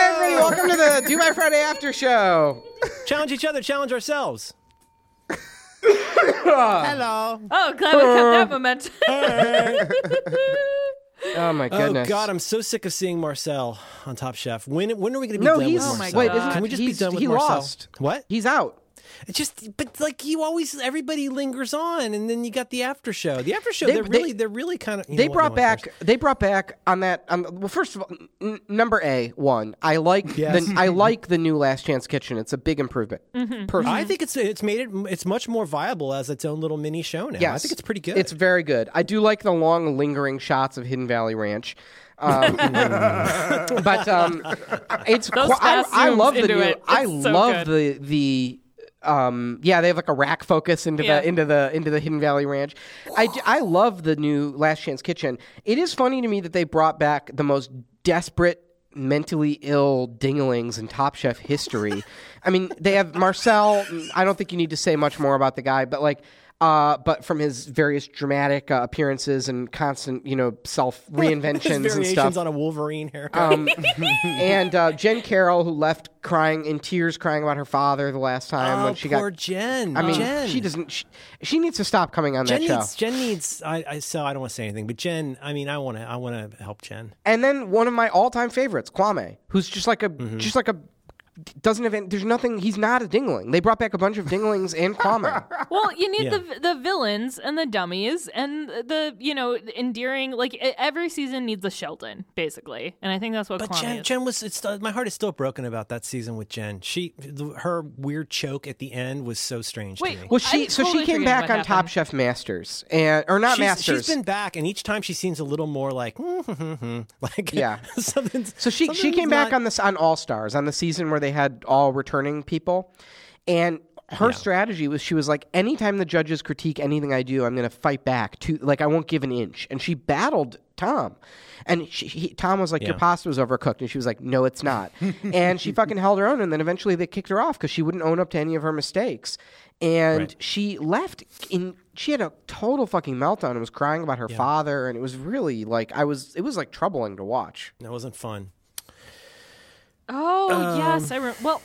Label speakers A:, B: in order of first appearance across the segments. A: Welcome to the Do My Friday After Show.
B: Challenge each other, challenge ourselves. Hello.
C: Oh, glad we kept that momentum.
A: Oh my goodness.
B: Oh God, I'm so sick of seeing Marcel on Top Chef. When when are we going to be
A: No,
B: done
A: he's-
B: with
C: oh my
B: Marcel?
C: wait, isn't-
B: Can we just be
A: he's-
B: done with
A: he
B: Marcel?
A: lost.
B: What?
A: He's out.
B: It's just, but like you always, everybody lingers on, and then you got the after show. The after show,
A: They-
B: they, are
A: they-
B: really, they're really kind of.
A: They brought back. They brought back on that. On, well, first of all, n- number A one. I like.
B: Yes.
A: The, I like the new Last Chance Kitchen. It's a big improvement. Perfect.
B: I think it's it's made it it's much more viable as its own little mini show now. I
A: Yes.
B: think it's pretty good.
A: It's very good. I do like the long, lingering shots of Hidden Valley Ranch. Um, but um, it's
C: Those
A: qui- I,
C: fast
A: I
C: zooms
A: love the
C: into
A: new.
C: it.
A: I
C: It's so
A: love the the um, yeah. They have like a rack focus into
C: Yeah.
A: the into the into the Hidden Valley Ranch. I d- I love the new Last Chance Kitchen. It is funny to me that they brought back the most desperate. Mentally ill dinglings in Top Chef history. I mean, they have Marcel. I don't think you need to say much more about the guy, but like, uh, but from his various dramatic uh, appearances and constant, you know, self
B: There's
A: reinventions and
B: variations
A: stuff.
B: on a Wolverine haircut.
A: Um, and uh, Jen Carroll, who left crying in tears, crying about her father the last time
B: oh,
A: when she
B: poor
A: got.
B: Jen.
A: I mean,
B: Jen.
A: she doesn't. She, she needs to stop coming on
B: Jen
A: that show.
B: needs. Jen needs. I, I so I don't want to say anything, but Jen. I mean, I want to. I want to help Jen.
A: and then one of my all-time favorites, Kwame, who's just like a
B: Mm-hmm.
A: just like a doesn't have. Any, there's nothing. He's not a dingling. They brought back a bunch of dinglings and Kwame.
C: well, you need
B: Yeah.
C: the the villains and the dummies and the you know endearing. Like e- every season needs a Sheldon, basically, and I think that's what.
B: But
C: Kwame
B: Jen,
C: is.
B: Jen was. It's my heart is still broken about that season with Jen. She, her weird choke at the end was so strange
C: Wait,
B: to me.
A: Well, she
C: I'm
A: so
C: totally
A: she came
C: forgetting
A: back on
C: what
A: Top
C: happened.
A: Chef Masters and or not
B: She's-
A: Masters.
B: she's been back, and each time she seems a little more like, like
A: Yeah.
B: something.
A: So she she came back on this on All Stars on the season where they had all returning people, and her strategy was she was like, anytime the judges critique anything I do, I'm going to fight back. To like I won't give an inch, and she battled Tom, and she, he, Tom was like, your pasta was overcooked, and she was like, no, it's not, and she fucking held her own, and then eventually they kicked her off because she wouldn't own up to any of her mistakes, and she left in. She had a total fucking meltdown and was crying about her father, and it was really like I was. It was like troubling to watch.
B: That wasn't fun.
C: Oh
B: Um.
C: yes, I rem well,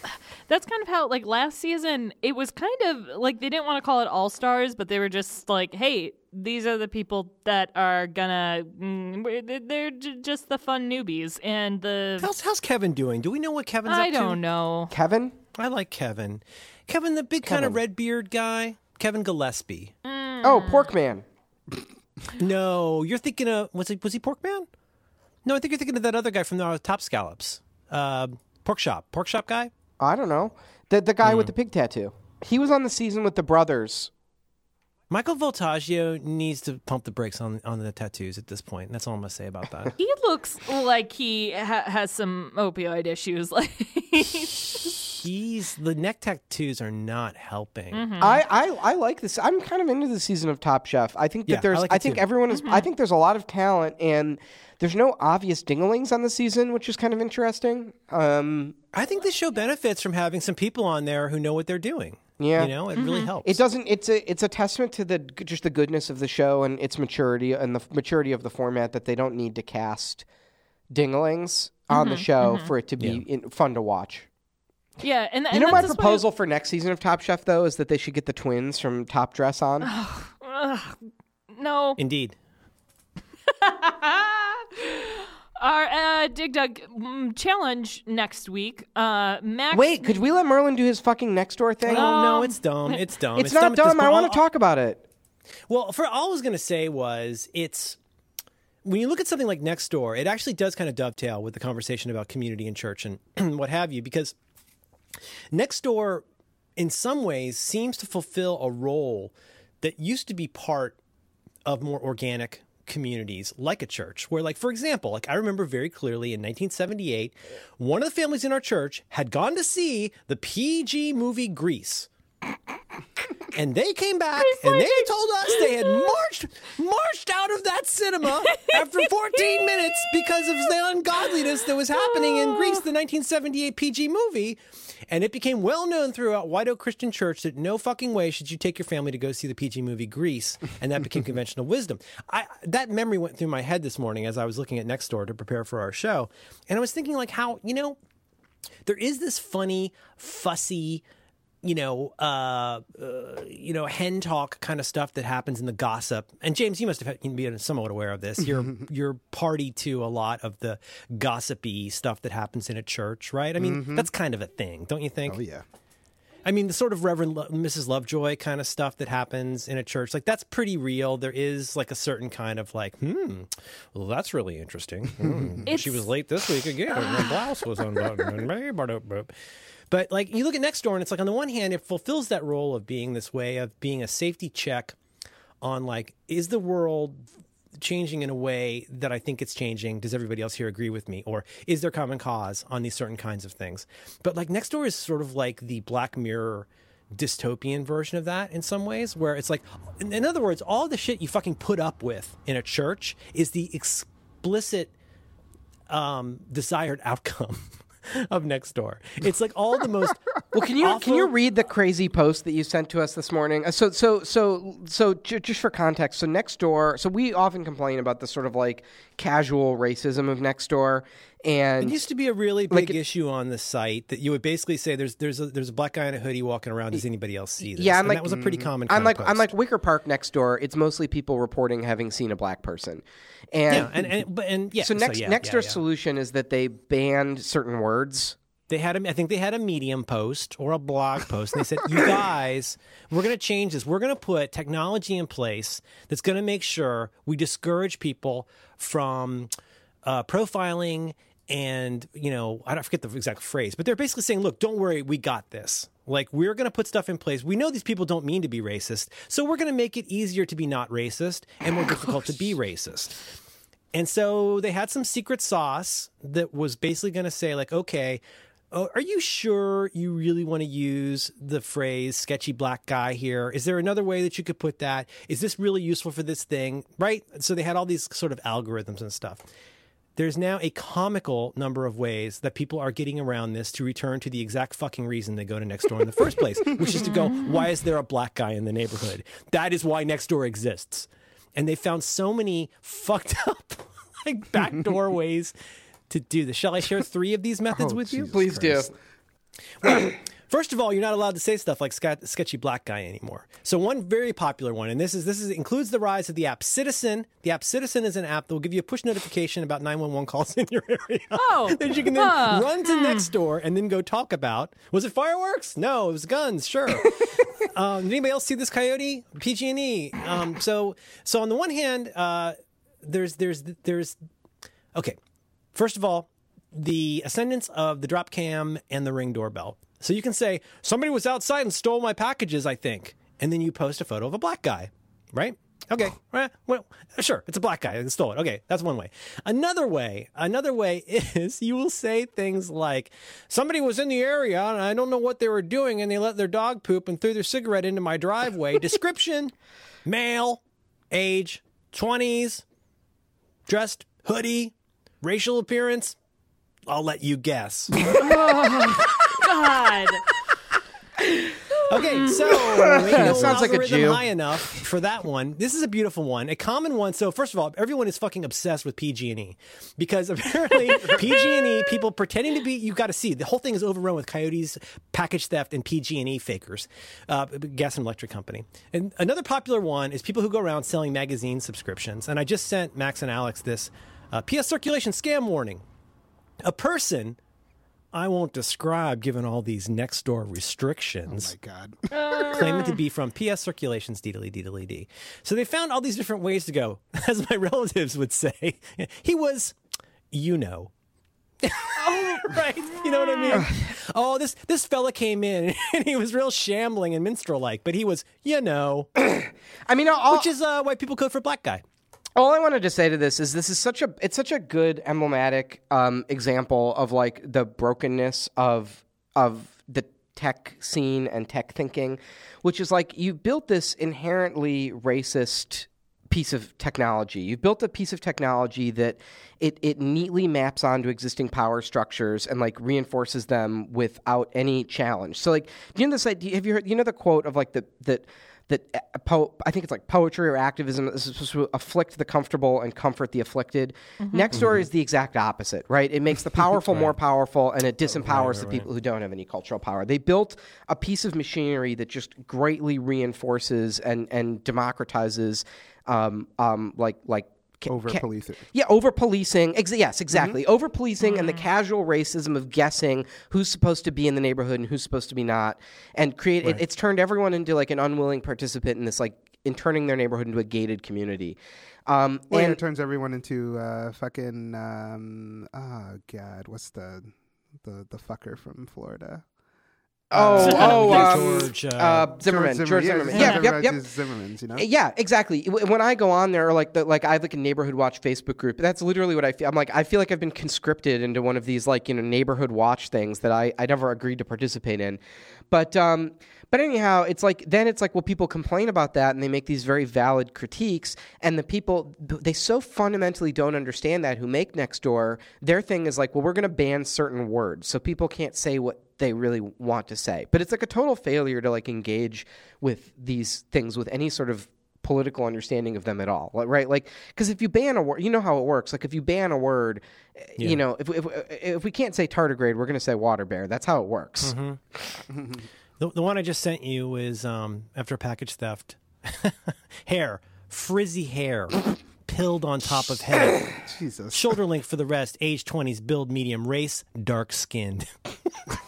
C: that's kind of how like last season it was kind of like they didn't want to call it all stars, but they were just like, hey, these are the people that are gonna mm, we're- they're- they're j- just the fun newbies and the
B: How's how's Kevin doing? Do we know what Kevin's
C: I
B: up to?
C: don't know.
A: Kevin,
B: I like Kevin. Kevin, the big kind of red beard guy. Kevin Gillespie.
A: Oh, pork man.
B: No, you're thinking of was he was he Porkman? No, I think you're thinking of that other guy from the Top Scallops. Uh, pork shop, pork shop guy.
A: I don't know. The the
B: Mm.
A: guy with the pig tattoo. He was on the season with the brothers.
B: Michael Voltaggio needs to pump the brakes on on the tattoos at this point. That's all I'm gonna say about that.
C: He looks like he ha- has some opioid issues. Like
B: He's the neck tattoos are not helping.
A: I, I I like this. I'm kind of into the season of Top Chef. I think that
B: Yeah, I
A: there's I,
B: like it
A: think
B: too.
A: everyone is I think there's a lot of talent and there's no obvious dinglings on the season, which is kind of interesting. Um
B: I think this show benefits from having some people on there who know what they're doing.
A: Yeah.
B: you know, it really helps.
A: it doesn't it's a it's a testament to the just the goodness of the show and its maturity and the f- maturity of the format that they don't need to cast dinglings on the show for it to be in, fun to watch.
C: yeah, and,
A: You
C: and
A: know my
C: that's just why-
A: proposal for next season of Top Chef though is that they should get the twins from Top Dress on.
C: no.
B: Indeed.
C: Our uh, Dig Dug mm, challenge next week. Uh, Max.
A: Wait, could we let Merlin do his fucking next door thing?
B: Oh no, it's dumb. It's dumb.
A: it's, not
B: at this
A: dumb. I
B: point.
A: want
B: I'll-
A: to talk about it.
B: Well, for all I was going to say was it's when you look at something like next door, it actually does kind of dovetail with the conversation about community and church and what have you, because next door in some ways seems to fulfill a role that used to be part of more organic communities like a church where like for example like i remember very clearly in 1978 one of the families in our church had gone to see the pg movie grease and they came back and they told us they had marched marched out of that cinema after 14 minutes because of the ungodliness that was happening in Greece, the 1978 PG movie. And it became well known throughout White Oak Christian Church that no fucking way should you take your family to go see the PG movie Grease, and that became conventional wisdom. I that memory went through my head this morning as I was looking at Nextdoor to prepare for our show, and I was thinking like how you know there is this funny, fussy, you know, uh, uh, you know, hen talk kind of stuff that happens in the gossip. And James, you must have been somewhat aware of this. You're you're party to a lot of the gossipy stuff that happens in a church, right? I mean, that's kind of a thing, don't you think?
D: Mm-hmm. Oh yeah.
B: I mean, the sort of Reverend Lo- Mrs. Lovejoy kind of stuff that happens in a church, like that's pretty real. There is like a certain kind of like, hmm, well, that's really interesting. Hmm,
C: It's-
B: She was late this week again. and My blouse was unbuttoned. but like, you look at next door, and it's like, on the one hand, it fulfills that role of being this way, of being a safety check on like, is the world changing in a way that I think it's changing? Does everybody else here agree with me? Or is there common cause on these certain kinds of things? But like next door is sort of like the Black Mirror dystopian version of that in some ways, where it's like, in, in other words, all the shit you fucking put up with in a church is the explicit um, desired outcome. Of next door, it's like all the most.
A: Well, can you
B: awful-
A: can you read the crazy post that you sent to us this morning? Uh, So so so so j- just for context, so next door. So we often complain about the sort of like casual racism of next door, and
B: It used to be a really big issue on the site that you would basically say there's there's a there's a black guy in a hoodie walking around. Does anybody else see this?
A: Yeah, I'm
B: and
A: like- mm,
B: that was a pretty common. kind
A: I'm
B: of
A: like
B: post.
A: I'm like Wicker Park next door. It's mostly people reporting having seen a black person, and.
B: yeah, and and but and yeah.
A: so next
B: yeah,
A: next
B: yeah,
A: door's
B: yeah.
A: solution is that they banned certain words.
B: they had a, I think they had a medium post or a blog post, and they said, "You guys, we're going to change this. We're going to put technology in place that's going to make sure we discourage people from uh, profiling." And you know, I don't I forget the exact phrase, but they're basically saying, "Look, don't worry, we got this. Like, we're going to put stuff in place. We know these people don't mean to be racist, so we're going to make it easier to be not racist and more difficult to be racist." And so they had some secret sauce that was basically going to say, like, okay, oh, are you sure you really want to use the phrase sketchy black guy here? Is there another way that you could put that? Is this really useful for this thing? Right? So they had all these sort of algorithms and stuff. There's now a comical number of ways that people are getting around this to return to the exact fucking reason they go to Nextdoor in the first place, which is to go, why is there a black guy in the neighborhood? That is why Nextdoor exists. And they found so many fucked up, like backdoor ways to do this. Shall I share three of these methods with you?
A: Please do.
B: First of all, you're not allowed to say stuff like scat- sketchy black guy anymore. So one very popular one, and this is this is includes the rise of the app Citizen. The app Citizen is an app that will give you a push notification about 911 calls in your area.
C: Oh,
B: that you can then
C: huh. Hmm.
B: run to next door and then go talk about. Was it fireworks? No, it was guns. Sure. um, did anybody else see this coyote? PG and E. Um, so, so on the one hand, uh, there's there's there's okay. First of all, the ascendance of the drop cam and the ring doorbell. So you can say somebody was outside and stole my packages. I think, and then you post a photo of a black guy, right? Okay, eh, well, sure, it's a black guy that stole it. Okay, that's one way. Another way, another way is you will say things like, "Somebody was in the area and I don't know what they were doing, and they let their dog poop and threw their cigarette into my driveway." Description: male, age, twenties, dressed hoodie, racial appearance. I'll let you guess.
C: God.
B: Okay, so we know
A: Sounds like a
B: algorithm
A: Jew.
B: High enough for that one. This is a beautiful one, a common one. So first of all, everyone is fucking obsessed with PG&E E because apparently PG&E E, people pretending to be. You got to see the whole thing is overrun with coyotes, package theft, and PG&E fakers, uh, gas and electric company. And another popular one is people who go around selling magazine subscriptions. And I just sent Max and Alex this uh, PS circulation scam warning. A person. I won't describe given all these next door
A: Oh
B: restrictions
D: My God.
B: claiming to be from PS Circulations Deedly Deedly D. So they found all these different ways to go, as my relatives would say. He was, you know. right, you know what I mean. Oh, this this fella came in and he was real shambling and minstrel like, but he was, you know,
A: I mean, I'll,
B: which is uh, white people code for black guy.
A: all I wanted to say to this is this is such a it's such a good emblematic um, example of like the brokenness of of the tech scene and tech thinking, which is like you built this inherently racist piece of technology. You built a piece of technology that it it neatly maps onto existing power structures and like reinforces them without any challenge. So like do you know this idea have you heard you know the quote of like the that that uh, po- I think it's like poetry or activism is supposed to afflict the comfortable and comfort the afflicted. Next door is the exact opposite, right? It makes the powerful more powerful and it disempowers the people who don't have any cultural power. They built a piece of machinery that just greatly reinforces and and democratizes, um, um, like like ca-
D: Over
A: ca-
D: policing. Mm-hmm.
A: yeah, over policing. Ex- yes, exactly. Over policing
D: Mm.
A: and the casual racism of guessing who's supposed to be in the neighborhood and who's supposed to be not, and create. It, it's turned everyone into like an unwilling participant in this, like in turning their neighborhood into a gated community. Um,
D: Well, yeah,
A: and
D: it turns everyone into uh, fucking. Um, oh God, what's the the the fucker from Florida?
A: oh, oh, um,
B: George, uh,
A: uh, Zimmerman, George Zimmerman,
D: Yeah,
A: yeah,
D: George
A: yep, yep.
D: Zimmerman's- Zimmerman's. You know.
A: Eh, Yeah, exactly. W- When I go on there, like the, like I have like a neighborhood watch Facebook group. That's literally what I feel. I'm like I feel like I've been conscripted into one of these like you know neighborhood watch things that I I never agreed to participate in. But um, but anyhow, it's like then it's like well people complain about that and they make these very valid critiques and the people th- they so fundamentally don't understand that who make next door their thing is like well we're going to ban certain words so people can't say what they really want to say. But it's like a total failure to like engage with these things with any sort of political understanding of them at all, like, right? Like, because if you ban a word, you know how it works. Like, if you ban a word, eh, you know, if if, if we can't say tardigrade, we're going to say water bear. That's how it works.
B: The, the one I just sent you is um, after package theft. hair, frizzy hair, pilled on top of head.
D: Jesus.
B: Shoulder length for the rest. Age 20s, build medium, race dark skinned.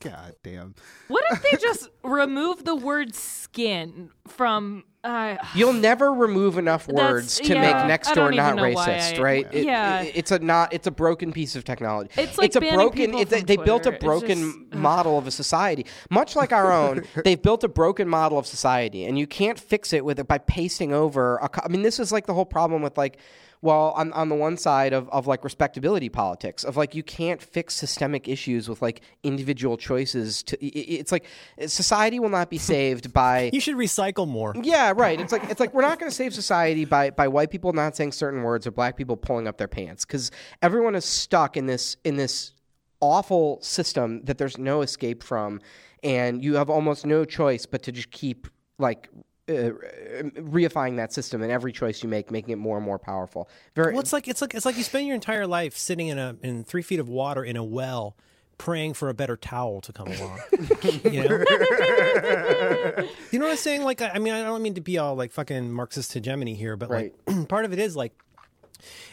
D: God damn.
C: What if they just remove the word skin from? Uh,
A: You'll never remove enough
C: That's-
A: words to
C: yeah,
A: make next
C: I don't
A: door not
C: even know why
A: racist,
C: I-
A: right? It-
C: Yeah.
A: it- it's a not. It's a broken piece of technology.
C: It's like
A: a
C: banning
A: broken.
C: people
A: It, they,
C: from
A: they built a
C: Twitter. It's
A: broken
C: just- ugh.
A: model of a society, much like our own. they've built a broken model of society, and you can't fix it with it by pasting over. A co- I mean, this is like the whole problem with like. Well, on, on the one side of, of like respectability politics, of like you can't fix systemic issues with like individual choices. To i- i- it's like society will not be saved by
B: You should recycle more.
A: yeah, right. It's like it's like we're not going to save society by by white people not saying certain words or black people pulling up their pants because everyone is stuck in this in this awful system that there's no escape from, and you have almost no choice but to just keep like. Uh, reifying that system and every choice you make, making it more and more powerful. Very,
B: Well, it's like it's like it's like you spend your entire life sitting in a in three feet of water in a well, praying for a better towel to come along. you know, you know what I'm saying? Like, I, I mean, I don't mean to be all like fucking Marxist hegemony here, but like, part of it is like.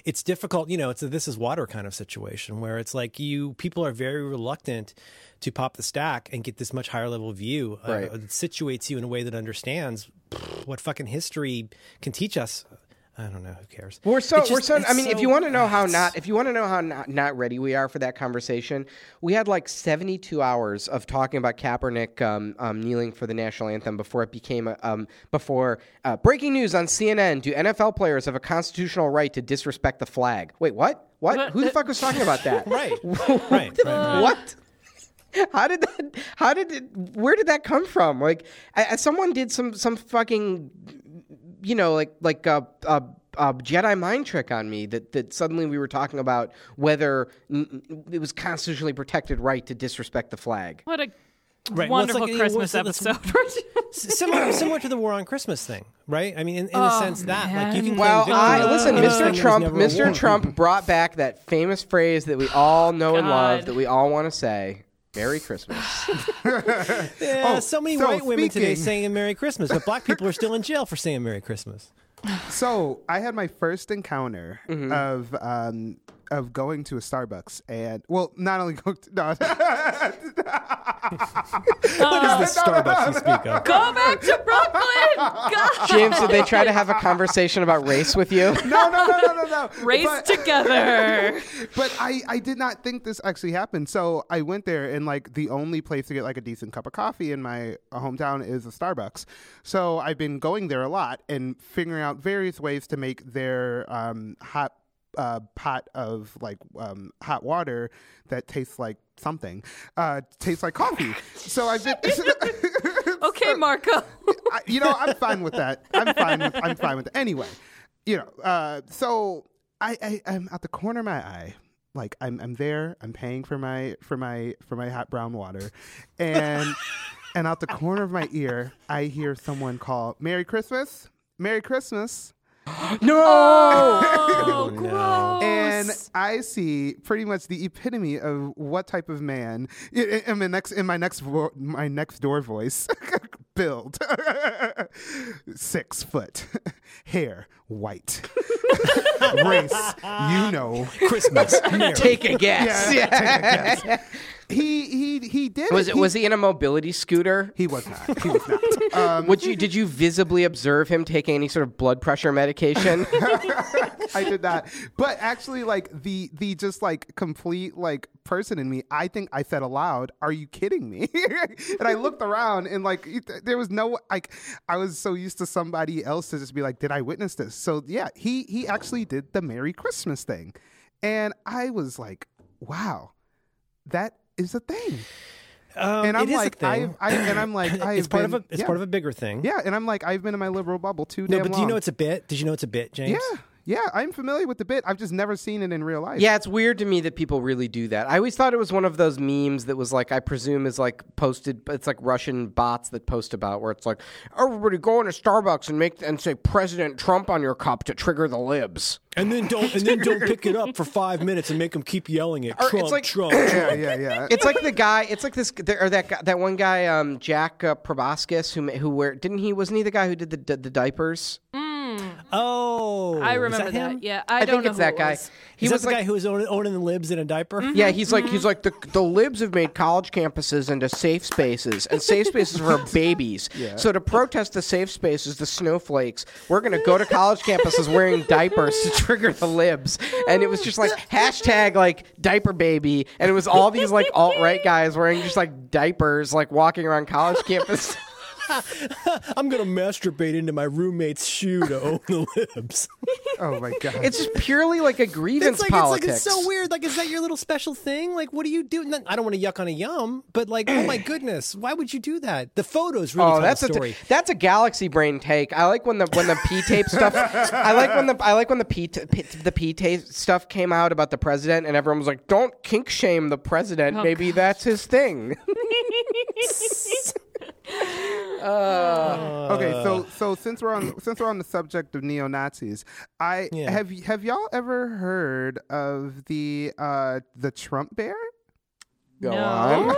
B: It's difficult, you know. It's a this is water kind of situation where it's like you people are very reluctant to pop the stack and get this much higher level view. uh,
A: Right.
B: that situates you in a way that understands pff, what fucking history can teach us. I don't know. Who cares?
A: We're so
B: It's
A: we're
B: just-
A: so.
B: it's
A: I mean, if
B: so-
A: you want to know
B: ah,
A: how
B: it's-
A: not, if you want to know how not, not ready we are for that conversation, we had like seventy two hours of talking about Kaepernick um, um, kneeling for the national anthem before it became a, um, before uh, breaking news on CNN: Do NFL players have a constitutional right to disrespect the flag? Wait, what? What? Who the fuck was talking about that?
B: right, right, right, right.
A: what? How did that? How did it? Where did that come from? Like, I, I- someone did some some fucking, you know, like like a, a, a Jedi mind trick on me that that suddenly we were talking about whether n- n- it was constitutionally protected right to disrespect the flag.
C: what a
B: Right, well, it's
C: wonderful
B: like, you know,
C: Christmas
B: what's- let's-
C: episode.
B: S- Similar, similar to the war on Christmas thing, right? I mean, in, in the sense that, like, you can. claim
A: Well,
B: victory
A: I
B: over
A: listen,
B: this
A: Mr.
B: thing that was
A: Trump.
B: never a war.
A: Mr. Trump brought back that famous phrase that we all know and love,
C: God.
A: that we all want to say. Merry Christmas.
B: Yeah, so many
D: so
B: white women today
D: speaking-
B: saying "Merry Christmas," but black people are still in jail for saying "Merry Christmas."
D: So I had my first encounter
A: Mm-hmm.
D: of um of going to a Starbucks and well not only going to, no
B: This is the Starbucks you speak of.
C: Go back to Brooklyn. God.
A: James, did they try to have a conversation about race with you?
D: no no no no no no
C: Race
D: But-
C: together.
D: but I, I did not think this actually happened. So I went there, and like the only place to get like a decent cup of coffee in my hometown is a Starbucks. So I've been going there a lot and figuring out various ways to make their um, hot uh, pot of like um, hot water that tastes like something uh, tastes like coffee. so I've been.
C: Okay, Marco.
D: I, you know, I'm fine with that. I'm fine. With, I'm fine with that. Anyway, you know, uh, so I, I I'm at the corner of my eye. Like I'm I'm there. I'm paying for my for my for my hot brown water, and and out the corner of my ear, I hear someone call, "Merry Christmas, Merry Christmas."
A: No.
C: Oh,
B: no.
C: gross.
D: And I see pretty much the epitome of what type of man i- i- in my next in my next vo- my next door voice build six foot hair white race you know
B: Christmas.
A: Take a guess.
D: Yeah, take a guess. he he he did
A: Was it
D: he,
A: was he in a mobility scooter?
D: he was not he was not um,
A: Would you did you visibly observe him taking any sort of blood pressure medication?
D: I did not. But actually, like the the just like complete like person in me, I think I said aloud, "Are you kidding me?" and I looked around and like it- there was no like I was so used to somebody else to just be like, "Did I witness this?" So yeah, he he actually did the Merry Christmas thing, and I was like, "Wow, that is a thing."
B: Um,
D: And
B: it
D: I'm
B: is a
D: like,
B: thing.
D: I, I and I'm like, I
B: it's
D: have
B: part
D: been-
B: of a it's
D: yeah.
B: part of a bigger thing.
D: yeah, and I'm like, I've been in my liberal bubble too
B: No,
D: damn
B: but do
D: long.
B: you know it's a bit? Did you know it's a bit, James?
D: yeah, yeah, I'm familiar with the bit. I've just never seen it in real life.
A: yeah, it's weird to me that people really do that. I always thought it was one of those memes that was like I presume is like posted it's like Russian bots that post about where it's like everybody go into Starbucks and make and say President Trump on your cup to trigger the libs.
B: And then don't and then don't pick it up for five minutes and make them keep yelling at
A: Or it's
B: Trump,
A: like-
B: Trump, Trump.
D: yeah, yeah, yeah.
A: It's like the guy. It's like this, there- or that guy, that one guy, um, Jack uh, Proboscis, who ma- who wear didn't he? Wasn't he the guy who did the the, the diapers?
B: Oh,
C: I
B: is
C: remember that.
B: him?
C: Yeah, I,
A: think
C: don't know
A: it's
C: who
A: that
C: it
A: guy.
C: was.
A: He
B: Is
A: was
B: that the
A: like,
B: guy who was owning, owning the libs in a diaper?
C: Mm-hmm.
A: yeah, he's like,
B: Mm-hmm.
A: he's like the the libs have made college campuses into safe spaces, and safe spaces for babies. So to protest the safe spaces, the snowflakes, we're gonna go to college campuses wearing diapers to trigger the libs. And it was just like hashtag like diaper baby, and it was all these like alt right guys wearing just like diapers, like walking around college campus.
B: I'm gonna masturbate into my roommate's shoe to own the libs.
D: Oh my god.
A: It's just purely like a grievance
B: it's like
A: politics.
B: it's like it's so weird. Like, is that your little special thing? Like, what do you do? Not- I don't want to yuck on a yum, but like, oh my goodness, why would you do that? The photos really
A: Oh,
B: tell
A: that's
B: the
A: a
B: story.
A: t- that's a galaxy brain take. I like when the when the P tape stuff. I like when the I like when the P, t- P the P tape stuff came out about the president, and everyone was like, "Don't kink shame the
B: Oh,
A: president. Maybe that's his thing."
D: okay,
A: Uh.
D: so so since we're on since we're on the subject of neo Nazis, I
B: Yeah.
D: have y- have y'all ever heard of the uh the Trump bear?
A: Go
C: No.
A: on.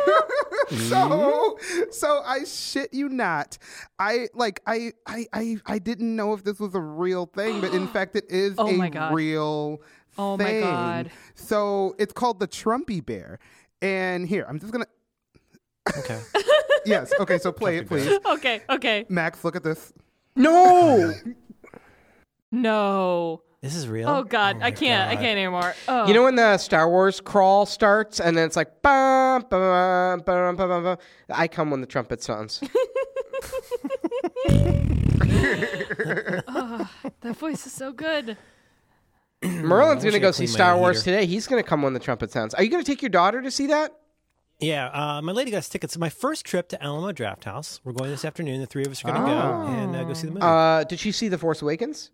D: so
C: Mm-hmm.
D: so I shit you not. I like I I I, I didn't know if this was a real thing, but in fact it is
C: Oh
D: a
C: my God.
D: real
C: Oh my
D: thing.
C: God.
D: So it's called the Trumpy bear. And here, I'm just gonna
B: okay.
D: Yes, okay, so play it please.
C: okay, okay.
D: Max, look at this.
A: No.
C: No.
B: This is real.
C: Oh God, I
B: my
C: can't. I
B: God.
C: can't anymore. Oh.
A: You know when the Star Wars crawl starts, and then it's like, "Bum, bum, bum, bum, bum, bum." I come when the trumpet sounds.
C: that voice is so good.
A: Merlin's
B: wish
A: gonna
B: Hmm, I
A: go
B: could
A: see
B: clean my
A: Star Wars
B: heater.
A: today. He's gonna come when the trumpet sounds. Are you gonna take your daughter to see that?
B: Yeah, uh, my lady got us tickets. My first trip to Alamo Draft House. We're going this afternoon. The three of us are going to go and uh, go see the movie.
A: Ah. Uh, did she see The Force Awakens?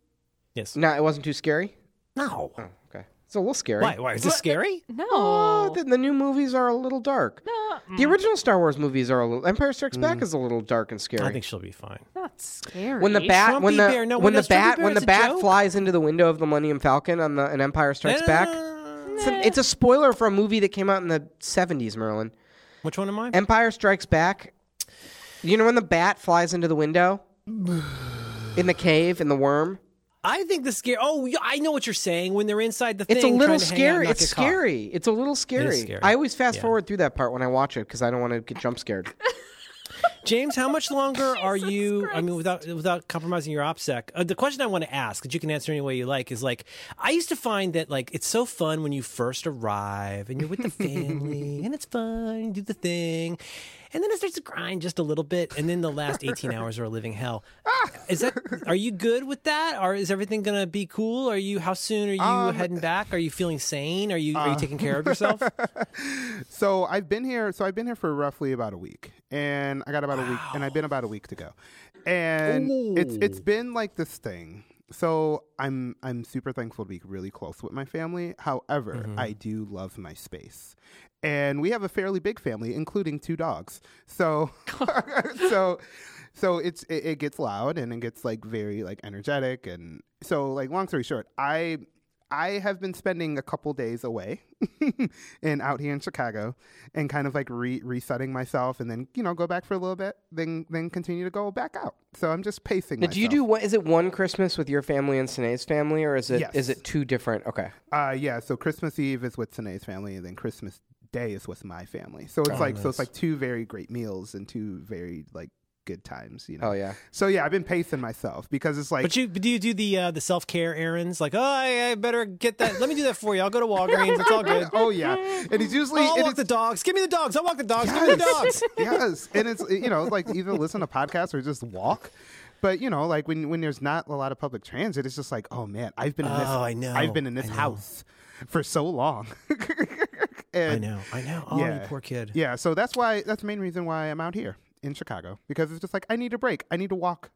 B: yes.
A: No, it wasn't too scary.
B: No.
A: Okay, it's a little scary.
B: Why? Why is this scary?
C: No.
A: Uh, the, the new movies are a little dark.
C: No,
A: The original Star Wars movies are a little. Empire Strikes Back is a little dark and scary.
B: Mm. I think she'll be fine.
C: not scary.
A: when the bat, when
B: Trumpy
A: the
B: bear. No,
A: when
B: no,
A: the
B: Trumpy
A: bat,
B: bear
A: when
B: is
A: the
B: a
A: bat
B: joke.
A: flies into the window of the Millennium Falcon on the an Empire Strikes Back.
B: Uh,
A: It's a, it's a spoiler for a movie that came out in the seventies, Merlin.
B: Which one am I?
A: Empire Strikes Back. You know when the bat flies into the window in the cave in the worm.
B: I think the scare. Oh, yeah, I know what you're saying. When they're inside the thing,
A: It's a little
B: trying to hang out and
A: scary.
B: not
A: It's
B: get caught.
A: scary. It's a little scary.
B: scary.
A: I always fast
B: Yeah.
A: forward through that part when I watch it because I don't want to get jump scared.
B: James, how much longer are you? I mean, without without compromising your opsec, uh, the question I want to ask that you can answer any way you like is like, I used to find that like it's so fun when you first arrive and you're with the family and it's fun, you do the thing, and then it starts to grind just a little bit, and then the last 18 hours are a living hell. Is that? Are you good with that? Or is everything gonna be cool? Are you? How soon are you heading back? Are you feeling sane? Are you are you taking care of yourself?
D: So I've been here. So I've been here for roughly about a week, and I got about a week, and I've been about a week to go, and it's it's been like this thing. so I'm I'm super thankful to be really close with my family. However, I do love my space. And we have a fairly big family including two dogs. So so so it's it, it gets loud and it gets like very like energetic and so like long story short, I I have been spending a couple days away and out here in Chicago and kind of like re- resetting myself and then, you know, go back for a little bit, then then continue to go back out. So I'm just pacing
A: Now, do you
D: myself.
A: do what? Is it one Christmas with your family and Sinead's family, or is it is
D: Yes.
A: it two different? Okay,
D: Uh, yeah. So Christmas Eve is with Sinead's family, and then Christmas Day is with my family. So it's
A: Oh,
D: like so it's like two very great meals and two very like good times. You know.
A: Hell Oh, yeah.
D: So yeah, I've been pacing myself because it's like
B: But you but do you do the uh, the self care errands like oh I, I better get that let me do that for you I'll go to Walgreens it's all good
D: oh yeah, and it's usually
B: I'll
D: it
B: walk
D: is-
B: the dogs give me the dogs I'll walk the dogs give me the dogs
D: yes, yes, and it's you know like either listen to podcasts or just walk. But you know, like when when there's not a lot of public transit, it's just like, oh man, I've been in this,
B: Oh, I know.
D: I've been in this
B: I know.
D: house for so long. and
B: I know I know oh you poor kid
D: Yeah, so that's why that's the main reason why I'm out here in Chicago because it's just like I need a break. I need to walk.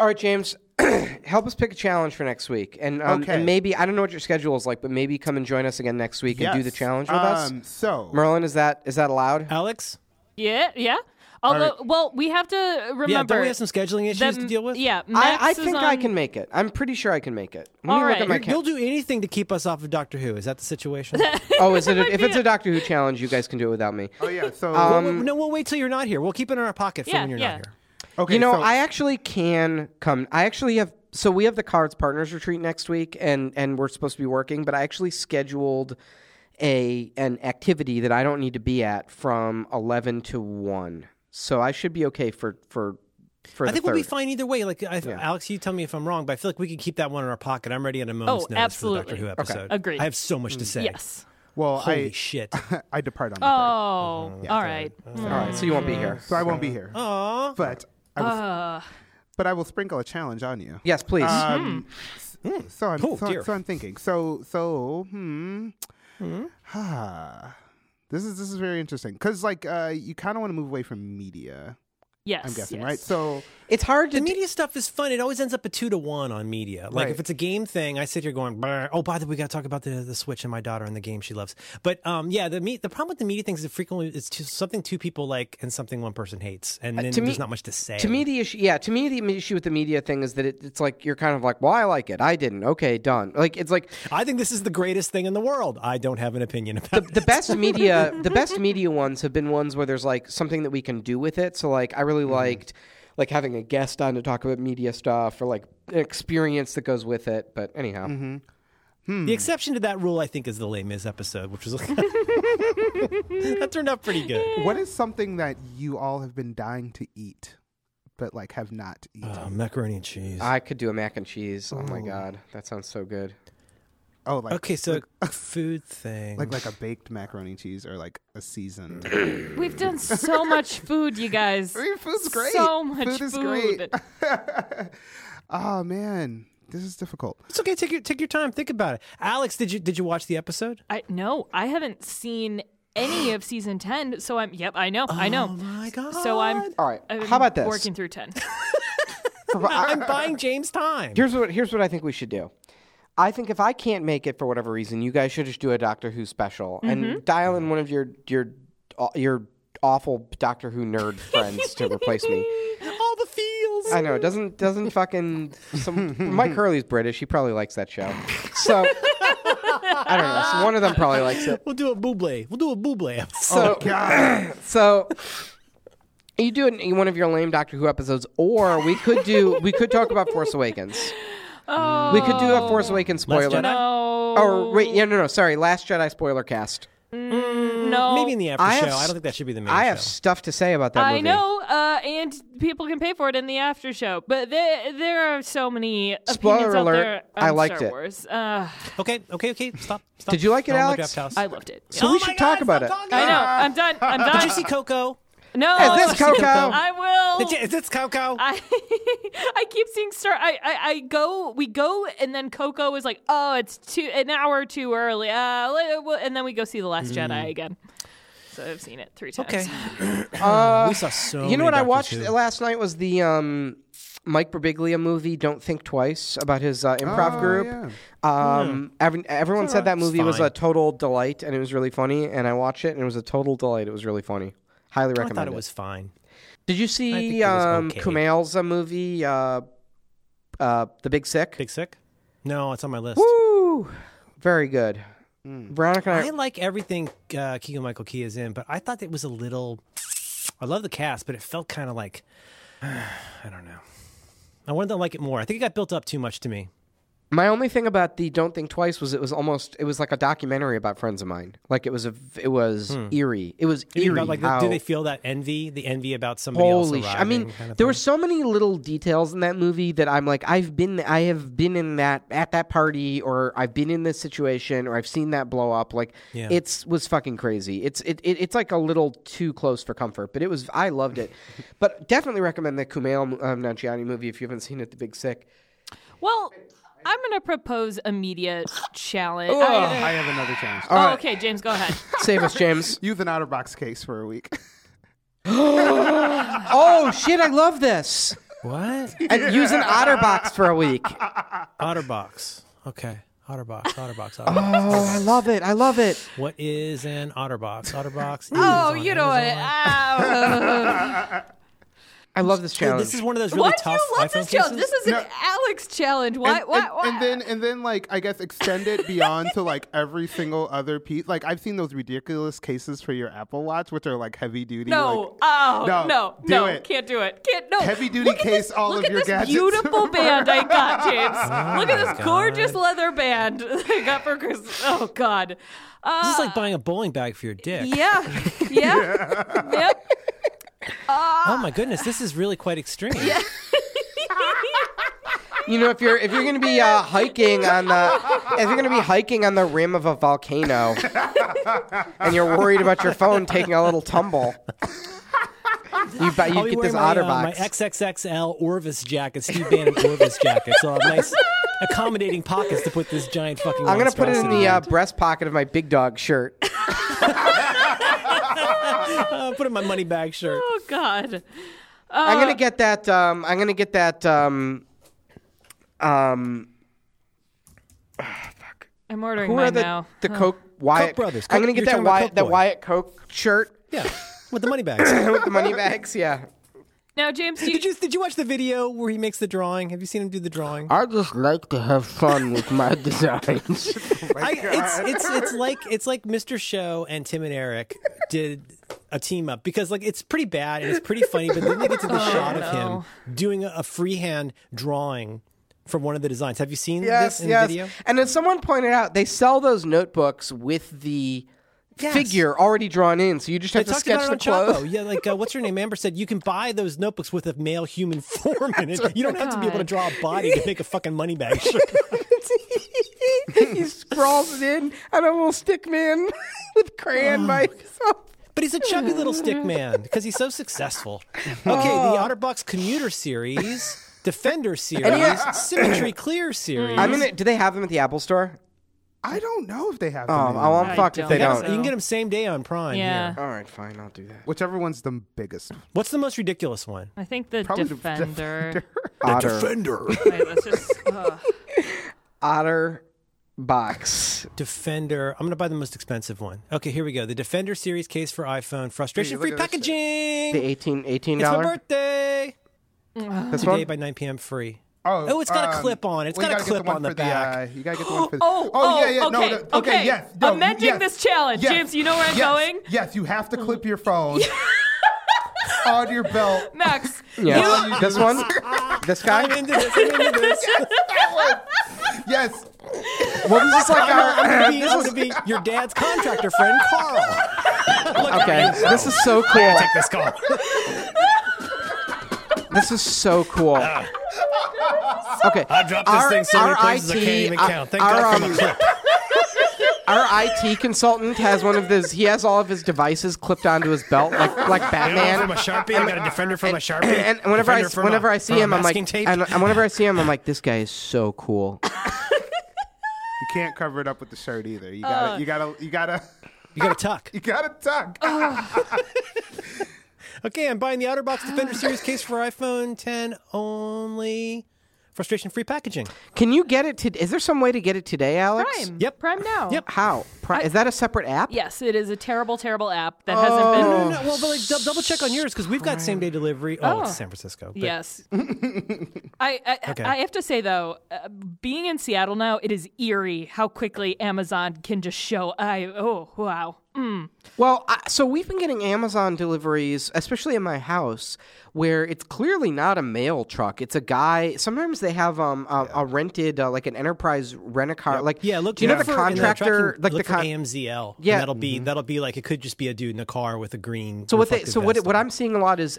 A: all right, James, help us pick a challenge for next week, and um,
D: Okay.
A: and maybe I don't know what your schedule is like, but maybe come and join us again next week and do the
D: Yes.
A: challenge with us.
D: Um, So
A: Merlin, is that is that allowed?
C: Uh,
B: Alex
C: Yeah, yeah. Although, well, we have to remember.
B: yeah don't we have some scheduling issues
C: that-
B: to deal with
C: Yeah,
A: I,
C: Max
A: I
C: is
A: think I
C: on-
A: can make it. I'm pretty sure I can make it. Let me
C: All
A: look
C: right.
A: at my
B: You're- you'll
A: calendar.
B: do anything to keep us off of Doctor Who is that the situation
A: Oh, is it? A, if it's a Doctor Who challenge, you guys can do it without me.
D: oh yeah, so
A: Um,
B: Well, no we'll wait till you're not here we'll keep it in our pocket for
C: Yeah,
B: when you're
C: yeah.
B: not here
D: okay,
A: You know,
D: so,
A: I actually can come. I actually have. So we have the Cards Partners retreat next week, and and we're supposed to be working, but I actually scheduled a an activity that I don't need to be at from eleven to one. So I should be okay for for for.
B: I
A: the
B: think
A: 3rd.
B: we'll be fine either way. Like, I, Alex, you tell me if I'm wrong, but I feel like we could keep that one in our pocket. I'm ready at a moment's notice
C: Oh,
B: for the
C: absolutely.
B: Doctor Who episode.
C: Agreed.
B: I have so much to say.
C: Yes.
D: well,
B: Holy
D: Mm. I
B: shit.
D: I depart on. The third.
C: Oh, all right.
B: Uh,
A: All right, so you won't be here.
D: so I won't be here.
B: Aw.
D: But I will, but I will sprinkle a challenge on you.
A: Yes, please.
B: Uh,
D: Um, s-
C: Hmm.
D: So I'm
B: Oh,
D: so,
B: dear.
D: so I'm thinking. So so hmm. Ah. This is this is very interesting because like uh, you kind of want to move away from media.
C: Yes.
D: I'm guessing
C: yes.
D: right. So
A: it's hard to.
B: The
A: do-
B: media stuff is fun. It always ends up a two to one on media. Like
D: Right.
B: if it's a game thing, I sit here going, "Brr." "Oh, by the way, we got to talk about the, the Switch and my daughter and the game she loves." But um, yeah, the me- the problem with the media things is it frequently it's just something two people like and something one person hates, and then
A: Uh, to me-
B: there's not much to say.
A: To me, the issue, yeah, to me, the issue with the media thing is that it, it's like you're kind of like, well, I like it, I didn't, okay, done. Like it's like
B: I think this is the greatest thing in the world. I don't have an opinion about it.
A: the best media the best media ones have been ones where there's like something that we can do with it so like i really liked like having a guest on to talk about media stuff or like an experience that goes with it but anyhow
B: The exception to that rule, I think, is the Les Mis episode, which was that turned out pretty good.
D: what is something that you all have been dying to eat, but like have not eaten?
B: Oh, macaroni and cheese.
A: i could do a mac and cheese oh my god that sounds so good
D: oh, like
B: okay, so food thing.
D: like like a baked macaroni and cheese or like a seasoned.
C: We've done so much food, you guys.
D: I mean, food's great.
C: So much
D: food is great. oh man, this is difficult.
B: it's okay. Take your take your time. Think about it. Alex, did you did you watch the episode?
C: I no, I haven't seen any of season ten, so I'm. Yep, I know, I know.
B: Oh my god.
C: So I'm.
A: all right
C: I'm
A: how about this
C: Working through ten.
B: I'm buying James time.
A: here's what here's what i think we should do I think if I can't make it for whatever reason, you guys should just do a Doctor Who special and dial in one of your your your awful Doctor Who nerd friends to replace me.
B: all the feels.
A: I know. Doesn't doesn't fucking some, Mike Hurley's British. He probably likes that show. So I don't know. So one of them probably likes it.
B: We'll do a buble. We'll do a buble episode.
A: So so you do it in one of your lame Doctor Who episodes, or we could do we could talk about Force Awakens. We could do a Force Awakens
B: Last
A: spoiler.
B: Jedi?
C: No.
A: Or wait, yeah, no, no, sorry, Last Jedi spoiler cast.
C: no.
B: Maybe in the after
A: Oh, I
B: show.
A: have
B: I
A: s-
B: don't think that should be the main
A: I
B: show.
A: have stuff to say about that
C: I
A: movie.
C: know, uh, and people can pay for it in the after show. But there, there are so many opinions
A: Spoiler
C: out
A: alert,
C: there on
A: I liked
C: Star
A: it.
C: Wars. Uh,
B: okay, okay, okay. Stop. stop.
A: Did you like it,
B: Don't look
A: Alex?
B: Draft House.
C: I loved it.
A: So
B: Oh
A: we
B: my
A: should
B: God,
A: talk about it. Oh.
B: stop talking
C: I know.
B: about
C: I'm done. I'm done.
B: Did you see Coco?
C: No.
A: Is this Coco?
C: I will.
B: Is this Coco?
C: I, I keep seeing Star. I, I, I go, we go, and then Coco is like, oh, it's too an hour too early. Uh, li- well," and then we go see the Last
A: Mm-hmm.
C: Jedi again. So I've seen it three times.
B: Okay.
A: Uh,
B: we saw so.
A: you
B: many
A: know what I
B: Doctor
A: watched
B: Who.
A: last night was the um Mike Birbiglia movie, Don't Think Twice, about his uh, improv
D: Oh,
A: group.
D: yeah.
A: Um, every, everyone said that movie was
B: fine.
A: a total delight and it was really funny. And I watched it and it was a total delight. It was really funny. Highly
B: I
A: recommend
B: thought it was fine.
A: Did you
B: think
A: see
B: it was
A: um,
B: okay.
A: Kumail's uh, movie, uh, uh, The Big Sick?
B: Big Sick? No, it's on my list.
A: Woo! Very good.
B: Hmm.
A: Veronica and I,
B: I like everything uh, Keegan Michael Key is in, but I thought it was a little. I love the cast, but it felt kind of like I don't know. I wanted to like it more. I think it got built up too much to me.
A: My only thing about the "Don't Think Twice" was it was almost it was like a documentary about friends of mine. Like it was a it was eerie. It was eerie.
B: Hmm. You know, like,
A: how-
B: do they feel that envy? The envy about somebody
A: holy
B: else
A: shit!
B: arriving?
A: I mean,
B: kind of
A: there
B: thing?
A: were so many little details in that movie that I'm like, I've been I have been in that at that party, or I've been in this situation, or I've seen that blow up. Like
B: Yeah.
A: it's was fucking crazy. It's it, it it's like a little too close for comfort, but it was I loved it. but definitely recommend the Kumail um, Nanjiani movie if you haven't seen it. The Big Sick.
C: Well, I'm going to propose immediate challenge.
A: Ugh.
C: I-
D: I have another challenge.
A: All
C: oh,
A: right.
C: okay, James, go ahead.
A: Save us, James.
D: Use an out of box case for a week.
A: oh shit! I love this.
B: what
A: and use an OtterBox for a week.
B: OtterBox? Okay, OtterBox, OtterBox, OtterBox.
A: Oh, I love it! I love it.
B: What is an OtterBox? OtterBox.
C: oh,
B: is on
C: you know what?
B: Amazon.
C: Ah,
A: I love this
B: Dude,
A: challenge.
B: This is one of those really
C: Why do
B: tough.
C: you love
B: iPhone
C: this challenge?
B: cases.
C: This is an
D: No.
C: Alex challenge. Why?
D: and,
C: why,
D: and-
C: why?
D: and then and then like I guess extend it beyond to like every single other piece. Like I've seen those ridiculous cases for your Apple Watch, which are like heavy duty.
C: No,
D: like,
C: oh no,
D: no,
C: no,
D: do it.
C: can't do it. Can't no.
D: Heavy duty
C: Look at
D: case,
C: this-
D: all
C: look
D: of
C: at
D: your
C: this
D: gadgets.
C: Beautiful band I got, James. look at
B: Oh my
C: this gorgeous
B: God.
C: leather band that I got for Christmas. Oh God, uh,
B: This is like buying a bowling bag for your dick.
C: yeah, yeah, yep.
B: Oh my goodness, this is really quite extreme.
A: you know, if you're if you're gonna be uh, hiking on the if you're gonna be hiking on the rim of a volcano, and you're worried about your phone taking a little tumble, you buy, you
B: I'll be
A: get this
B: wearing my,
A: OtterBox.
B: uh, my XXXL Orvis jacket, Steve Bannon Orvis jacket. So I'll have nice accommodating pockets to put this giant fucking.
A: I'm gonna put it in
B: monstrosity
A: the uh, breast pocket of my big dog shirt.
B: I'll Uh, put it in my money bag shirt.
C: Oh God.
A: I'm gonna get that. Um, I'm gonna get that. Um, um,
C: I'm ordering
A: who are
C: mine
A: the
C: now.
A: the Coke Wyatt
B: brothers.
A: I'm gonna
B: Koch-
A: get that
B: you're talking about
A: Wyatt
B: Koch
A: that
B: boy.
A: Wyatt Coke shirt.
B: Yeah, with the money bags.
A: with the money bags, yeah.
C: Now, James, do you,
B: Did you did you watch the video where he makes the drawing? Have you seen him do the drawing?
A: I just like to have fun with my designs.
B: I, it's it's it's like it's like Mr. Show and Tim and Eric did a team up because like it's pretty bad and it's pretty funny, but then they get to the
A: Oh,
B: shot of
C: no.
B: him doing a, a freehand drawing from one of the designs. Have you seen
A: yes,
B: this in
A: yes.
B: the video?
A: And as someone pointed out, they sell those notebooks with the
B: Yes.
A: figure already drawn in, so you just have
B: They
A: to
B: talked
A: sketch
B: about
A: the
B: it on Chapo.
A: clothes.
B: Yeah, like uh, what's her name? Amber said you can buy those notebooks with a male human form in it. You don't have to be able to draw a body to make a fucking money bag. shirt.
A: he scrawls it in on a little stick man with
B: Oh
A: crayon by himself.
B: But he's a chubby little stick man because he's so successful. Okay, the OtterBox Commuter series, Defender series, Symmetry Clear series.
A: I mean, do they have them at the Apple Store?
D: I don't know if they have.
A: Oh,
D: them
A: well,
D: anymore.
A: I'm fucked if they
B: You
C: don't.
B: gotta-
A: don't.
B: You can get them same day on Prime.
C: yeah,
B: here.
A: All right, fine, I'll do that.
D: Whichever one's the biggest.
B: What's the most ridiculous one?
C: I think the
D: Probably the
C: defender.
A: Otter,
C: Wait, let's just. ugh.
A: otter box.
B: Defender. I'm gonna buy the most expensive one. Okay, here we go. The Defender series case for iPhone. Frustration free
D: look at this
A: The
B: packaging.
A: 18 $18
B: It's my
A: dollar.
B: birthday.
A: This
B: Today
A: one.
B: by 9 p.m. free.
D: Oh,
B: Oh, it's got a
D: um,
B: clip on. It's
D: well, you
B: got a
D: gotta get
B: clip
D: one
B: on the
D: for
B: back.
D: uh, you gotta get the one for the.
C: Oh,
D: yeah,
C: oh,
D: yeah. No,
C: okay,
D: no, okay,
C: okay.
D: Yes, no,
C: Amending
D: yes,
C: this challenge.
D: yes,
C: James, you know where I'm
D: yes,
C: going?
D: Yes, you have to clip your phone on your belt.
C: Max,
A: Yeah.
D: You-
A: this one. This
B: I'm
A: guy.
B: into this. I'm into this.
D: Yes,
A: Well, this is like
B: I'm
A: our.
B: gonna be, I'm gonna be your dad's contractor friend, Carl.
A: Okay, this is so cool.
B: This call.
A: This is so cool. Okay,
B: I've dropped this
A: Our-
B: thing so many
A: our
B: places I
A: IT
B: can't even
A: uh,
B: count. Thank
A: our,
B: God for
A: um,
B: my clip.
A: our IT consultant has one of his. He has all of his devices clipped onto his belt, like like
B: I got one
A: Batman.
B: from a sharpie. I got a defender from a sharpie.
A: And whenever I
B: defender from a-
A: whenever I see
B: from a
A: him, I'm like,
B: masking tape.
A: and, and whenever I see him, I'm like, this guy is so cool.
D: you can't cover it up with the shirt either. You
A: Uh.
D: gotta, you gotta, you gotta,
A: Oh,
B: you got a tuck.
D: you gotta tuck.
B: Okay, I'm buying the Outer Box Defender Series case for iPhone 10 only. Frustration-free packaging.
A: Can you get it? To, is there some way to get it today, Alex?
C: Prime.
B: Yep.
C: Prime now.
B: Yep.
A: How? Pri- is that a separate app?
C: Yes, it is a terrible, terrible app
D: Oh.
C: that hasn't
B: No,
C: been.
A: Oh.
B: no, no, Well, but like dou- double check on yours because we've got same day delivery. Oh, it's San Francisco. but-
C: Yes. I I, I have to say though, uh, being in Seattle now, it is eerie how quickly Amazon can just show. I oh wow.
A: Well, I, so we've been getting Amazon deliveries, especially in my house, where it's clearly not a mail truck. It's a guy. Sometimes they have um a, a rented uh, like an enterprise rent a car. Like
B: Yeah, look.
A: do you know
B: look
A: the
B: for- in
A: contractor?
B: tracking-
A: like
B: look
A: the
B: for
A: con-
B: AMZL.
A: Yeah. Mm-hmm.
B: Yeah, that'll be that'll be like it could just be a dude in a car with a green.
A: So what they,
B: reflective
A: so what
B: vest
A: what
B: on.
A: I'm seeing a lot is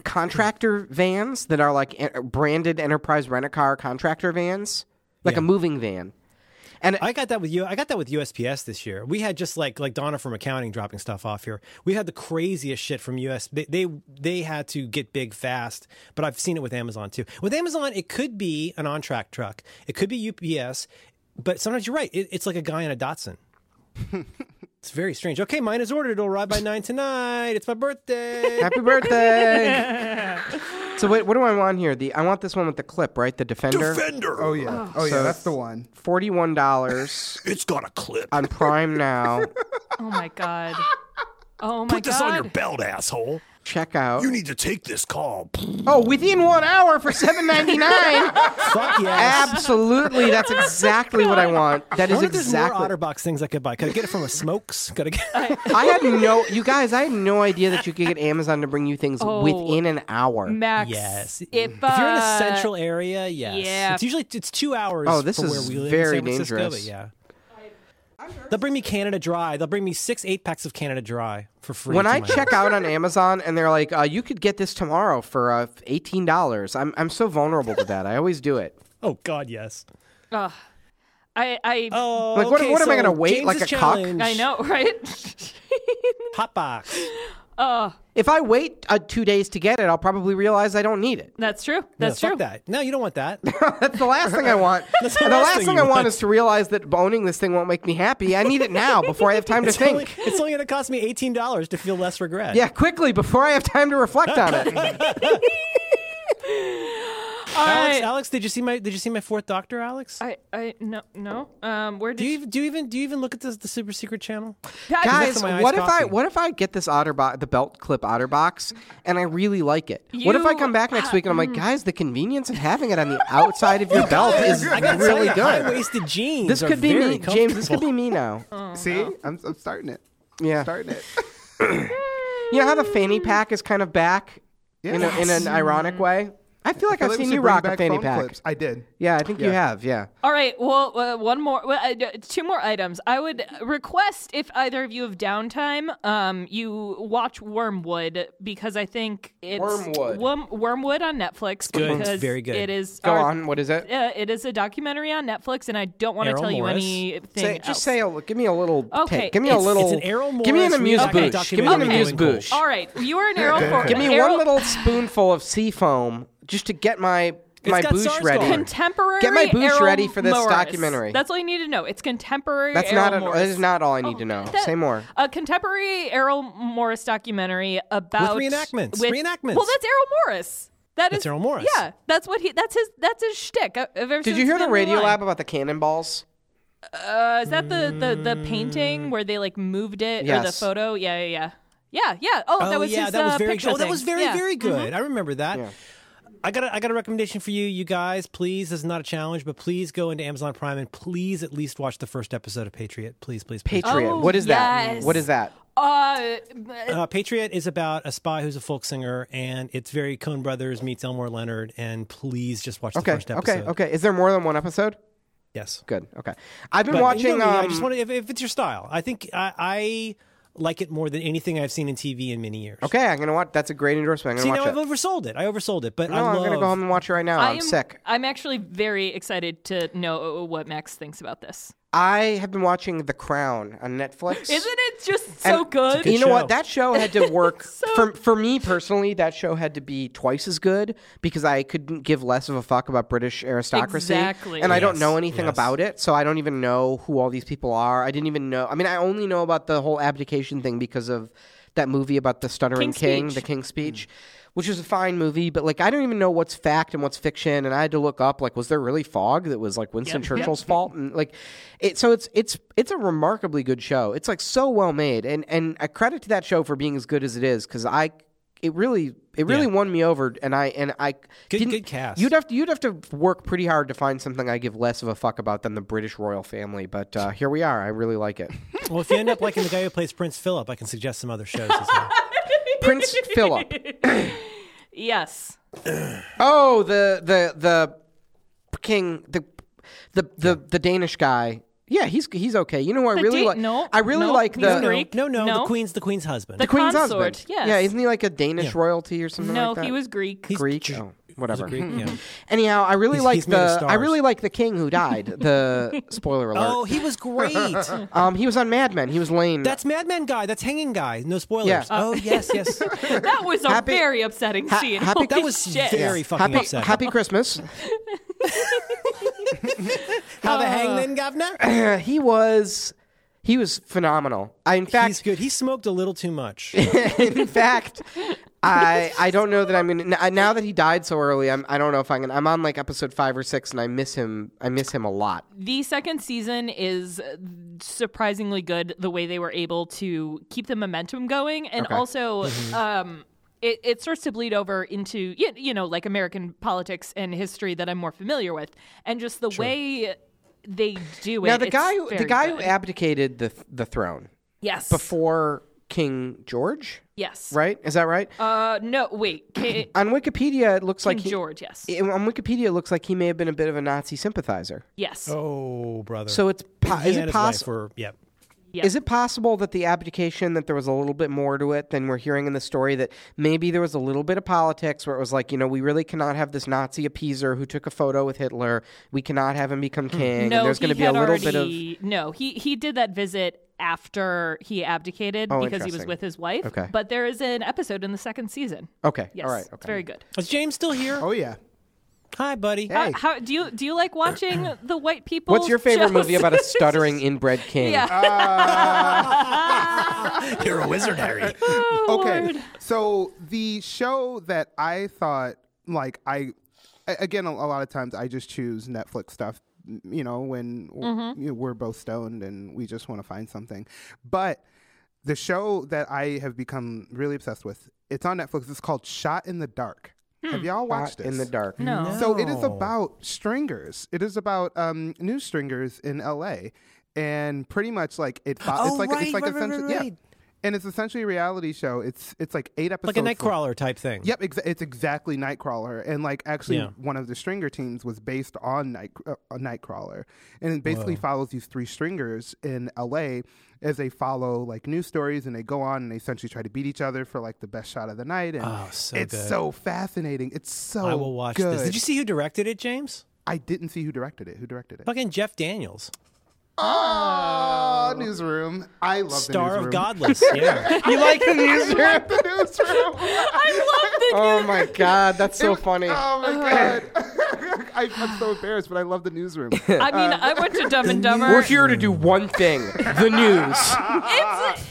A: contractor vans that are like en- branded enterprise rent a car contractor vans, like a moving van. And
B: I got that with you. I got that with USPS this year. We had just like like Donna from accounting dropping stuff off here. We had the craziest shit from US. They they, they had to get big fast, but I've seen it with Amazon too. With Amazon, it could be an on track truck. It could be UPS, but sometimes you're right. It, it's like a guy in a Datsun. it's very strange. Okay, mine is ordered. It'll arrive by nine tonight. It's my birthday.
A: happy birthday. so wait, what do I want here? The I want this one with the clip, right? The defender.
D: Oh yeah. Oh, yeah. That's the one.
A: Forty-one dollars.
E: It's got a clip.
A: on Prime now.
C: Oh my god. Oh my
E: Put
C: god.
E: this on your belt, asshole.
A: Check out.
E: You need to take this call.
A: Oh, within one hour for seven ninety nine.
B: Fuck yes.
A: Absolutely, that's exactly what I want. That
B: I
A: is
B: wonder if there's
A: exactly.
B: more OtterBox things I could buy. Could I get it from a Smokes? Gotta get.
A: I had no, you guys. I had no idea that you could get Amazon to bring you things
C: Oh.
A: within an hour.
C: Max.
B: Yes.
C: If,
B: If you're in a
C: uh,
B: central area, yes.
C: yeah.
B: It's usually it's two hours.
A: Oh, this
B: from
A: is
B: where we live
A: very
B: in San Francisco,
A: dangerous.
B: But yeah. They'll bring me Canada Dry. They'll bring me six eight packs of Canada Dry for free.
A: When
B: to
A: I
B: my
A: check
B: house.
A: out on Amazon and they're like, uh, "You could get this tomorrow for uh, eighteen dollars," I'm I'm so vulnerable to that. I always do it.
B: oh God, yes.
C: Ugh. I I
B: Oh,
A: Like, what-
B: okay,
A: what am I
B: so
A: gonna wait
B: James's
A: like a cock?
B: challenge,
C: I know right.
B: Hot box.
A: If I wait uh, two days to get it, I'll probably realize I don't need it.
C: That's true.
B: Yeah,
C: That's
B: fuck
C: true.
B: that. No, you don't want that.
A: That's the last thing I want.
B: That's
A: the last thing,
B: you
A: I want is to realize that owning this thing won't make me happy. I need it now before I have time to
B: It's
A: think.
B: only, it's only gonna cost me eighteen dollars to feel less regret.
A: Yeah, quickly before I have time to reflect on it.
B: Alex,
C: I,
B: Alex, did you see my did you see my fourth Doctor, Alex?
C: I I no no. Um, where did
B: do you
C: you?
B: even do you even do you even look at this, the super secret channel?
C: That-
A: Guys,
B: my
A: what if
B: iced
A: I
B: coffee.
A: what if I get this OtterBox the belt clip OtterBox and I really like it? what if I
C: You-
A: come back next week and I'm like, guys, the convenience of having it on the outside of your belt is
B: I got
A: really
B: High
A: good.
B: waisted jeans.
A: This
B: are
A: could be me,
B: very
A: James. This could be me now.
D: See, I'm, I'm starting it.
A: Yeah,
D: Starting it.
A: you know how the fanny pack is kind of back in, a, in an ironic way. Mm-hmm. I feel like
D: I
A: I've
D: feel like we
A: seen
D: should
A: you
D: bring
A: rock a
D: back
A: fanny
D: phone
A: pack.
D: clips. I did.
A: Yeah, I think you have. Yeah.
C: All right. Well, uh, one more, well, uh, d- two more items. I would request if either of you have downtime, um, you watch Wormwood because I think it's
A: Wormwood.
C: Worm, Wormwood on Netflix.
B: good.
C: Because
B: It's very good.
C: It is.
A: Go
C: our-
A: on. What is it?
C: Uh, it is a documentary on Netflix, and I don't want to
B: Errol
C: tell
B: Morris.
C: you anything.
A: Say,
C: else.
A: just say a, give me a little
C: Okay,
A: take. Give me a
B: it's-
A: little.
B: it's an Errol
A: give me an
B: Morris
A: amuse
B: reaction
A: bouche. Give me an
B: documentary
A: amuse
B: going cool.
A: bouche.
C: All right, you are an Errol for
A: Give me
C: Errol,
A: one little spoonful of sea foam just to get my my
B: got
A: bouche
B: SARS
A: ready.
B: going.
C: contemporary.
A: Get my boosh
C: Errol
A: ready for this
C: Morris.
A: documentary.
C: That's all you need to know. It's contemporary.
A: That's
C: Errol
A: not. an-
C: Morris. Oh,
A: That is not all I need to know.
C: that-
A: Say more.
C: A contemporary Errol Morris documentary about
B: With reenactments. Reenactments.
C: Well, that's Errol Morris. That
B: That's
C: is-
B: Errol Morris.
C: Yeah, that's what he. That's his. That's his shtick. I- I've ever
A: Did
C: since
A: you hear the
C: been
A: radio
C: online.
A: lab about the cannonballs?
C: Uh, is that the, the
B: Mm.
C: the painting where they like moved it or the
A: Yes.
C: photo? Yeah, yeah, yeah. Yeah, yeah. Oh, that was
B: yeah,
C: his
B: that was
C: uh,
B: very
C: picture
B: Oh, that was
C: thing.
B: very
C: Yeah. Mm-hmm.
B: very good. I remember that. I got a, I got a recommendation for you, you guys. Please, this is not a challenge, but please go into Amazon Prime and please at least watch the first episode of Patriot. Please, please, please.
A: Patriot.
C: Oh,
A: what is that?
C: yes.
A: What is that?
C: Uh,
B: Uh, Patriot is about a spy who's a folk singer, and it's very Coen Brothers meets Elmore Leonard. And please just watch the
A: Okay.
B: first episode.
A: Okay. Okay. Is there more than one episode?
B: Yes.
A: Good. Okay. I've been
B: But,
A: watching.
B: you know, I
A: um,
B: just want if, if it's your style. I think I, I like it more than anything I've seen in TV in many years.
A: okay. I'm gonna watch. That's a great endorsement. I'm
B: See,
A: gonna
B: now
A: watch it.
B: I've oversold it. I oversold it, but
A: no,
B: I
A: I'm
B: love.
A: gonna go home and watch it right now.
C: I
A: I'm
C: am-
A: sick.
C: I'm actually very excited to know what Max thinks about this.
A: I have been watching The Crown on Netflix.
C: Isn't it just so
A: And-
C: good?
A: You know
B: show.
A: what? That show had to work for for me personally. That show had to be twice as good because I couldn't give less of a fuck about British aristocracy.
C: Exactly.
A: And I don't
B: Yes,
A: know anything
B: yes.
A: about it, so I don't even know who all these people are. I didn't even know. I mean, I only know about the whole abdication thing because of that movie about the stuttering
C: King's
A: king,
C: Speech.
A: the King's Speech, which was a fine movie, but like I don't even know what's fact and what's fiction, and I had to look up like was there really fog that was like Winston Churchill's fault, and like it. So it's it's it's a remarkably good show. It's like so well made, and and a credit to that show for being as good as it is because I. It really, it really won me over, and I and I didn't-
B: good cast.
A: You'd have to, you'd have to work pretty hard to find something I give less of a fuck about than the British royal family, but uh, here we are. I really like it.
B: Well, if you end up liking the guy who plays Prince Philip, I can suggest some other shows as well.
A: Prince Philip.
C: Yes.
A: Oh, the the the king, the the the, the Danish guy. Yeah, he's he's okay. You know, who I
C: The
A: really
C: Da-
A: like.
C: no,
A: I really
C: no,
A: like
C: he's
A: the
C: Greek.
B: No, no,
C: No.
B: the Queen's the Queen's husband.
A: the Queen's
C: consort,
A: husband.
C: yes.
A: Yeah, isn't he like a Danish royalty or something?
C: No,
A: like that?
C: he was Greek.
A: Greek. Oh, whatever.
B: yeah.
A: Anyhow, I really
B: He's-
A: like
B: he's made of
A: the I
B: stars.
A: really like the king who died. The spoiler alert.
B: Oh, he was great.
A: Um, he was on Mad Men. He was Lane.
B: That's Madman guy. That's Hanging guy. No spoilers.
A: Yeah.
B: Oh yes, yes.
C: that was a
A: Happy-
C: very upsetting scene.
A: happy-
C: Holy
B: That was
C: shit.
B: very fucking
A: happy
B: upsetting.
A: Happy Christmas.
B: How the hangman governor?
A: Uh, he was he was phenomenal. I, in fact,
B: He's good. He smoked a little too much.
A: in fact, I I don't know that I'm gonna n- now that he died so early. I'm I don't know if I'm gonna. I'm on like episode five or six, and I miss him. I miss him a lot.
C: The second season is surprisingly good the way they were able to keep the momentum going and also
B: Mm-hmm.
C: um it, it starts to bleed over into y- you know like American politics and history that I'm more familiar with and just the way they do it.
A: Now the
C: it's
A: guy who, the
C: very
A: guy who
C: good.
A: abdicated the the throne
C: yes
A: before King George,
C: yes
A: right? Is that right?
C: uh no wait K-
A: on Wikipedia, it looks like he,
C: George yes
A: it- on Wikipedia, it looks like he may have been a bit of a Nazi sympathizer.
C: yes
B: Oh brother.
A: So it's po-
B: he
A: is
B: and
A: it
B: his wife
A: possible?
B: were- yeah.
C: Yeah.
A: Is it possible that the abdication that there was a little bit more to it than we're hearing in the story that maybe there was a little bit of politics where it was like, you know, we really cannot have this Nazi appeaser who took a photo with Hitler. We cannot have him become king.
C: Hmm. no
A: and there's going
C: he
A: to be a
C: had
A: little bit of
C: already- no he he did that visit after he abdicated
A: Oh,
C: because he was
A: interesting.
C: with his wife
A: Okay.
C: but there is an episode in the second season
A: Okay.
C: Yes.
A: All right. Okay.
C: It's very good.
B: Is James still here?
D: Oh yeah.
B: Hi, buddy.
C: Uh, how do you do you like watching the white people?
A: What's your favorite
C: shows?
A: movie about a stuttering inbred king?
C: yeah.
E: You're a wizard, Harry.
D: okay. So the show that I thought, like, I a- again, a, a lot of times I just choose Netflix stuff. m- You know, when w- you know, we're both stoned and we just want to find something, but the show that I have become really obsessed with, it's on Netflix. It's called Shot in the Dark. Have y'all watched it?
A: In the dark.
C: no.
D: So it is
B: No.
D: about stringers. It is about um, new stringers in LA, and pretty much like it. Fo-
B: Oh,
D: it's like
B: right,
D: it's like
B: right, right,
D: essentially
B: right,
D: yeah,
B: right.
D: and it's essentially a reality show. It's it's like eight episodes.
B: Like a
D: long.
B: nightcrawler type thing.
D: Yep, exa- it's exactly Nightcrawler, and like actually,
B: Yeah.
D: one of the Stringer teams was based on Night uh, on Nightcrawler, and it basically follows these three Stringers in L.A. as they follow like news stories, and they go on and they essentially try to beat each other for like the best shot of the night. And
B: Oh, so
D: it's
B: good.
D: so fascinating. It's so
A: Oh,
B: I will watch
D: good.
B: this. Did you see who directed it, James?
D: I didn't see who directed it. Who directed it?
B: Fucking Jeff Daniels,
D: Oh, newsroom! I love
B: star
D: the newsroom.
B: of Godless. Yeah.
A: You like the newsroom?
D: the newsroom.
A: oh my God. That's so funny.
D: Oh my god! I, I'm so embarrassed, but I love the newsroom.
C: I mean, I went to Dumb and Dumber.
A: We're here to do one thing the news.
C: It's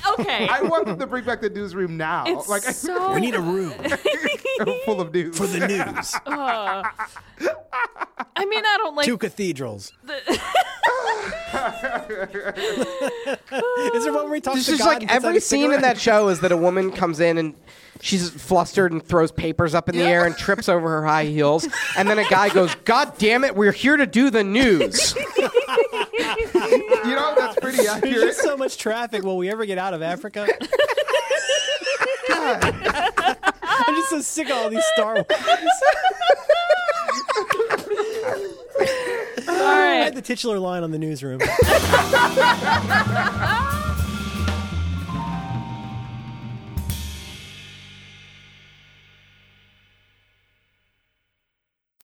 C: uh, okay.
D: I want them to bring back the newsroom now.
C: it's
D: like
C: so.
E: We need a room
D: full of news.
E: for the news.
C: I mean, I don't like.
B: Two cathedrals. is there one where he talks
A: It's
B: to
A: just
B: Oh, God
A: like
B: and puts out
A: every
B: a
A: scene in
B: cigarette?
A: that show is that a woman comes in and she's flustered and throws papers up in the air and trips over her high heels, and then a guy goes, "God damn it, we're here to do the news."
D: you know that's pretty
B: There's
D: accurate.
B: just so much traffic. Will we ever get out of Africa? I'm just so sick of all these Star Wars.
C: All
B: I
C: right.
B: had the titular line on the newsroom.